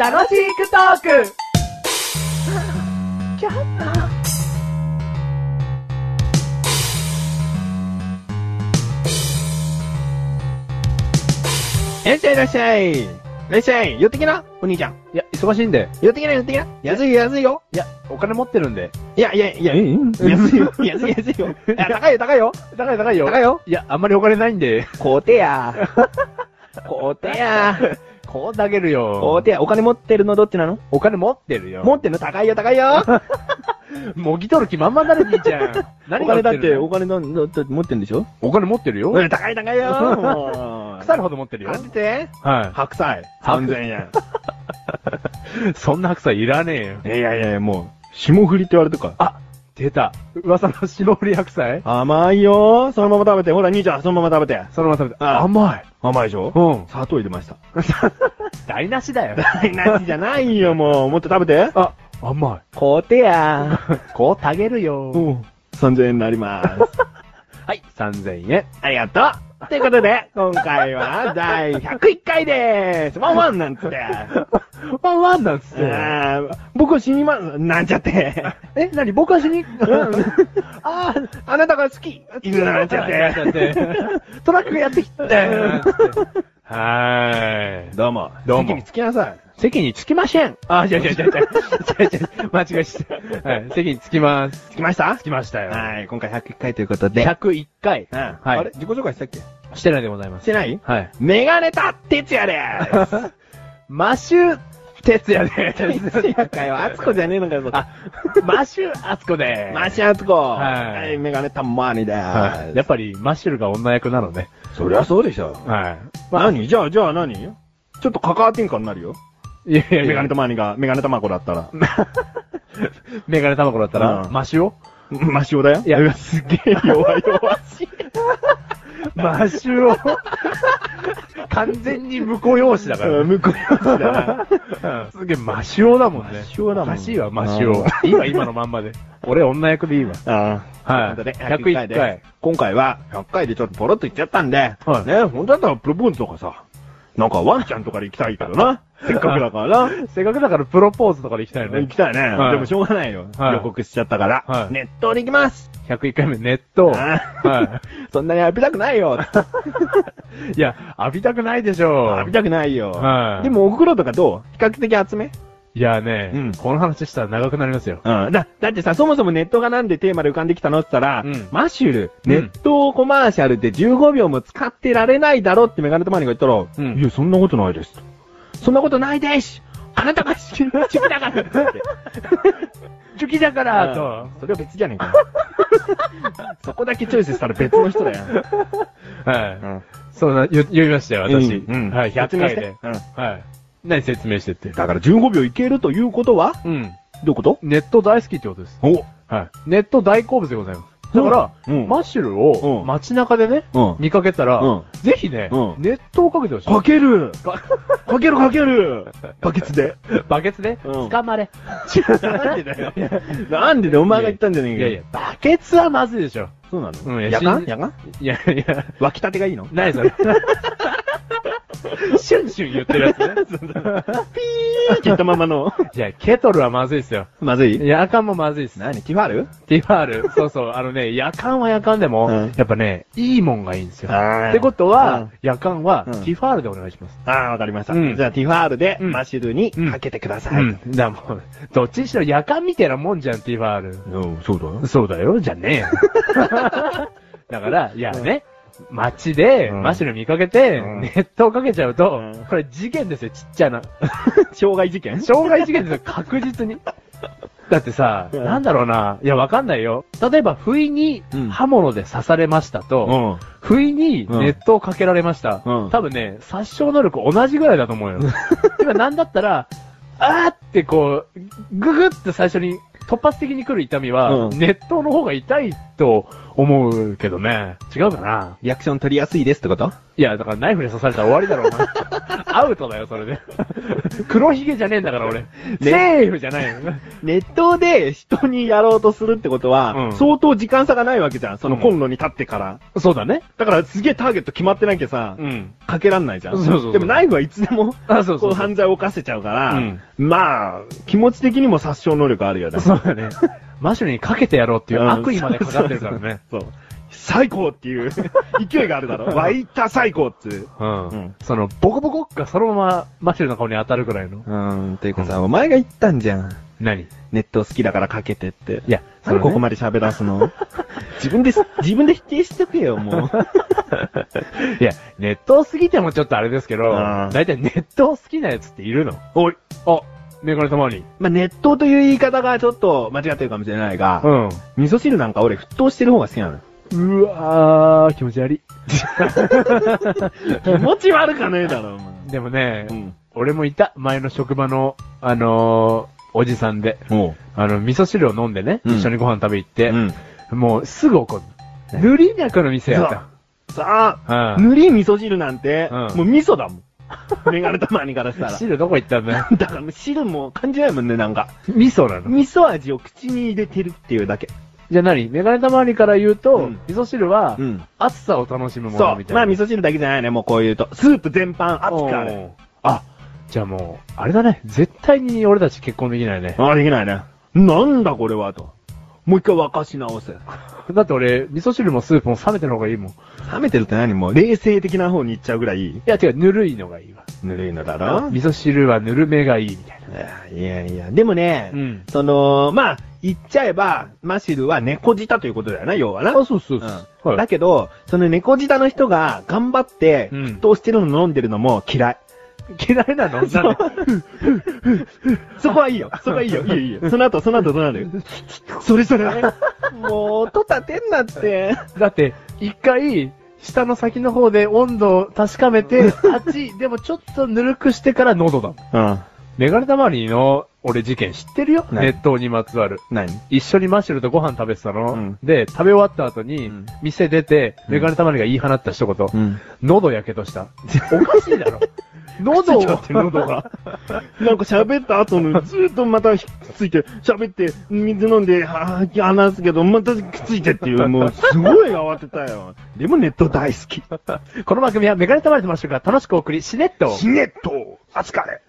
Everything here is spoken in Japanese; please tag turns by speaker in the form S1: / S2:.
S1: 楽しくトーク
S2: いらっしゃいいらっしゃい。いらっしゃい。寄ってきな、お兄ちゃん。
S3: いや、忙しいんで。
S2: 寄ってきな、寄ってきな。安いよ、安いよ。
S3: いや、お金持ってるんで。
S2: いや、いや、いや、
S3: うん
S2: 安いよ、安い、安いよ。いや、高いよ、高いよ。
S3: 高 い高いよ。
S2: 高いよ。
S3: いや、あんまりお金ないんで。
S2: こうてや。こうてや。
S3: こう投げる
S2: こ
S3: よ
S2: う。てや。お金持ってるのどっちなの
S3: お金 持ってるよ。
S2: 持ってるの高いよ、高いよ。
S3: もぎ取る気満々だね、兄ちゃ ん。
S2: お
S3: 何が売
S2: 金だっ
S3: る
S2: て、
S3: の
S2: お金だって持ってるんでしょ
S3: お金持ってるよ。
S2: うん、高い、高いよ。 もう
S3: 腐るほど持ってるよ
S2: 買っ。てて。
S3: はい。白菜。
S2: 3000
S3: 円。 そんな白菜いらねえよ。
S2: 円。いやいやいや、もう、霜降りって言われてるか。
S3: あ、出た。噂の白織白菜
S2: 甘いよ。そのまま食べて。ほら、兄ちゃん、そのまま食べて。
S3: そのまま食べて。
S2: あ
S3: 甘い。
S2: 甘いでしょ
S3: うん。
S2: 砂糖入れました。
S3: 台無しだよ。
S2: 台無しじゃないよ、もう。もっと食べて。
S3: あ、甘
S2: こうてや。
S3: い。 こうたげるよ。
S2: ん。3000円になります。
S3: はい、3000円。
S2: ありがとう。ということで、今回は第101回でーす。ワンワンなんつって。
S3: ワンワンなんすよ。
S2: あー僕は死にます。なんちゃって。
S3: え、なに僕は死に、 あー、あなたが好き。
S2: 犬なんちゃって。
S3: トラックがやってきて。はーい。
S2: どうも。
S3: どうも
S2: 席に着きなさい。
S3: 席に着きません。あ、違う違う違う違う。違う違う。間違えした。はい。席に着きます。
S2: 着きました
S3: 着きましたよ。
S2: はい、今回101回ということで。
S3: 101回。
S2: うん。
S3: はい
S2: あれ自己紹介したっけし
S3: してないでございます。
S2: てない
S3: はい。
S2: メガネタ哲也 でーす。
S3: マシュ、哲也で
S2: 哲也かよ。厚子じゃねえのかよ、そこ
S3: あ、マシュ、あつこでーす。
S2: マシアツコ。
S3: はい
S2: はい。メガネたまにだ
S3: はい。やっぱり、マッシュルが女役なのね。
S2: そりゃそうでしょ。
S3: は
S2: 何じゃあ、じゃあ何ちょっと関わってんかになるよ。
S3: い。いやいやいや
S2: メガネたまにが、メガネたまこだったら。
S3: メガネ卵だったら、
S2: うん
S3: マシュを
S2: マシオ だよ。
S3: いや、うわすげえ弱い弱 し。マシュを。 完全に婿養子だから
S2: うん
S3: ね。
S2: 向こうやつだな。
S3: すげえ、マシュオだもんね。
S2: マシオだもん
S3: おかしいわ、マシュオ。いいわ、今のまんまで。俺、女役でいいわ。
S2: ああ。
S3: はい
S2: ということで、
S3: 101
S2: 101回で
S3: 回。
S2: 今回は、100回でちょっとポロっと言っちゃったんで、
S3: はい
S2: ね、本当だったらプロポーズとかさ、なんかワンちゃんとかで行きたいけど な。せっかくだからな。
S3: せっかくだからプロポーズとかで行きたいよ
S2: 行
S3: ね
S2: き。たいね。
S3: はい
S2: でもしょうがないよ。
S3: はい
S2: 予告しちゃったから。
S3: はい
S2: ネットに行きます。
S3: 101回目、ネット。
S2: あー
S3: は
S2: そんなに浴びたくないよ。
S3: い。いや、浴びたくないでしょう。
S2: 浴びたくないよ。
S3: はい
S2: でも、お袋とかどう比較的厚め
S3: いやね、
S2: うん
S3: この話したら長くなりますよ。
S2: うん。だ、だってさ、そもそもネットがなんでテーマで浮かんできたのって言ったら、
S3: うん
S2: マッシュル、
S3: うん
S2: ネットコマーシャルで15秒も使ってられないだろってメガネとマニが言ったら、
S3: ん
S2: いや、そんなことないです。そんなことないですあなたが主義だからって。
S3: 好きだか
S2: うんそれは別じゃねえか よ。そこだけチョイスしたら別の人だよ。
S3: と。はい。そんな、言言いましたよ、私。
S2: うんうん
S3: はい、100回
S2: 説明
S3: で
S2: し。てうん
S3: はい。何説明してって。
S2: だから15秒いけるということは
S3: うん。
S2: どういうこと
S3: ネット大好きってことです。
S2: お
S3: はい。ネット大好物でございます。だから、
S2: うん
S3: マッシュルを
S2: うん
S3: 街中でね、
S2: うん。
S3: 見かけたら、
S2: うん
S3: ぜひね、
S2: うん
S3: ネットをかけてほしい。
S2: かける
S3: か
S2: かけるかけるバケツで。
S3: バケツで、
S2: うん
S3: 捕 まれ。
S2: なんでだよ。なんでだよ、お前が言ったんじゃねえ
S3: い
S2: か
S3: やいや、バケツはまずいでしょ。
S2: そうなの
S3: うんいや
S2: やかん
S3: 信じ
S2: やかん
S3: いやいや、
S2: 湧きたてがいいの
S3: 何 それ。シュンシュン言ってるやつね。
S2: ピーって言ったままの。
S3: いや、ケトルはまずいですよ。
S2: まずい
S3: 夜間もまずいです。
S2: 何ティファール
S3: ティファー ル、そうそう、あのね、夜間は夜間でも、
S2: うん
S3: やっぱね、いいもんがいいんですよ。
S2: あー
S3: ってことは、
S2: うん
S3: 夜間は、
S2: うん
S3: ティファールでお願いします。
S2: ああ、わかりました。
S3: うん
S2: じゃあ、ティファールで、
S3: うん
S2: マッシュルにかけてください。
S3: うん。だからもう、どっちにしろ夜間みたいなもんじゃん、ティファー
S2: うん、そうだ よ
S3: ル。。そうだよ、じゃねえ よ。だから、いやね、街で、
S2: うん
S3: マシュル見かけて、
S2: うん
S3: ネットをかけちゃうと、
S2: うん
S3: これ事件ですよ、ちっちゃな。
S2: 傷害事件
S3: 障害事件ですよ、確実に。だってさ、
S2: うん
S3: なんだろうな、いや、わかんないよ。例えば、不意に
S2: うん
S3: 刃物で刺されましたと、
S2: ん。
S3: 不意にネットをかけられました。
S2: うん
S3: 多分ね、殺傷能力同じぐらいだと思う よ。今なんだったら、あーってこう、ぐぐって最初に突発的に来る痛みは、
S2: うん
S3: ネットの方が痛いと思うけどね。違うかな
S2: リアクション取りやすいですってこと
S3: いや、だからナイフで刺されたら終わりだ ろ、お前。アウトだよ、それで。黒ひげじゃねえんだから、俺。セーフじゃないの。
S2: ネットで人にやろうとするってことは、
S3: うん
S2: 相当時間差がないわけじゃん。その
S3: うん
S2: コンロに立ってから。
S3: そうだね。
S2: だからすげえターゲット決まってなきゃさ、
S3: うん。
S2: かけらんないじゃん。
S3: そうそうそう
S2: でもナイフはいつでも、
S3: あ、そうそ
S2: こ
S3: ううそう。
S2: 犯罪を犯せちゃうから、
S3: うん
S2: まあ、気持ち的にも殺傷能力あるよね。
S3: そうだね。マシュルにかけてやろうっていう悪意までかかってるからね。
S2: そう。最高っていう 勢いがあるだろ。湧いた最高っつう。
S3: うん。
S2: うん
S3: その、ボコボコがそのままマシュルの顔に当たるぐらいの。
S2: うん、というかさ、お前が言ったんじゃん。
S3: 何い
S2: ネット好きだからかけてって。
S3: や、そ
S2: ここ
S3: ま
S2: まで喋らす の自分で、自分で否定してくれよ、もう。
S3: で。いや、ネットを過ぎてもちょっとあれですけど、
S2: うん
S3: だいたいネットを好きなやつっているの
S2: おい。
S3: あ、メガネたまに。
S2: まあ、ネットという言い方がちょっと間違ってるかもしれないが、
S3: ん。
S2: 味噌汁なんか俺沸騰してる方が好きなの。
S3: うわー、気持ち悪い。
S2: 気持ち悪かねえだろ、お前。
S3: でもね、
S2: ん。
S3: 俺もいた、前の職場の、あのー、おじさんで、
S2: も
S3: あの、味噌汁を飲んでね、
S2: うん
S3: 一緒にご飯食べ行っ
S2: う
S3: て、
S2: ん。
S3: もうすぐ怒る。塗り脈の店やっ
S2: さ
S3: た。
S2: あ、
S3: うん。
S2: 塗り味噌汁なんて、
S3: うん
S2: もう味噌だもん。メガネたまにからした ら。
S3: 汁どこ行ったんだよ。
S2: だからもう汁も感じないもんね、なんか。
S3: 味噌なの
S2: 味噌味を口に入れてるっていうだけ。
S3: じゃあ何メガネたまわりから言うと、
S2: うん
S3: 味噌汁は、
S2: ん。
S3: 暑さを楽しむも
S2: そ
S3: の
S2: う
S3: み。たい
S2: ま
S3: な。
S2: あ味噌汁だけじゃないね、もうこういうと。スープ全般熱くある。
S3: おーあ、じゃあもう、あれだね。絶対に俺たち結婚できないね。
S2: ああ、できないね。なんだこれは、と。もう一回沸かし直せ。
S3: だって俺、味噌汁もスープも冷めてる方がいいもん。い
S2: 冷めてるって何もう冷静的な方に行っちゃうぐらい、
S3: や違う、ぬるいのがいいわ。
S2: ぬるいのだろ
S3: 味噌汁はぬるめがいいみたいな。
S2: いやいやいや、でもね、
S3: ん。
S2: その、まあ、言っちゃえば、マシルは猫舌ということだよな、要はな。
S3: あ、そうそうそう。
S2: うん、
S3: は
S2: だ
S3: い。
S2: けど、その猫舌の人が頑張って、
S3: うん
S2: 沸騰してるの飲んでるのも嫌い。
S3: 嫌いなのなんで
S2: そこはい いよ。そこはいいよ。いいよ、いいよ。その後、その後どうなるそれそれ。 もう、音立てんなって。
S3: だって、一回、下の先の方で温度を確かめ て、熱い、でもちょっとぬるくしてから喉だもん。
S2: うん。
S3: メガネたまわりの、俺事件知ってるよ。
S2: 何
S3: 熱湯にまつわる。
S2: 何
S3: 一緒にマッシュルとご飯食べてたの。
S2: うん
S3: で、食べ終わった後に、
S2: うん
S3: 店出て、
S2: うん
S3: メガネたまりが言い放った一言、
S2: ん。
S3: 喉やけどした。 おかしいだ ろ。喉
S2: 喉
S3: を、
S2: を、喉が。なんか喋った後の、ずーっとまたひっついて、喋って、水飲んで、はぁ、話すけど、またくっついてっていう、もう、すごい慌てたよ。でもネット大好き。
S3: この番組はメガネたまりとマッシュルが楽しくお送り、しねっと。
S2: シネット、扱れ。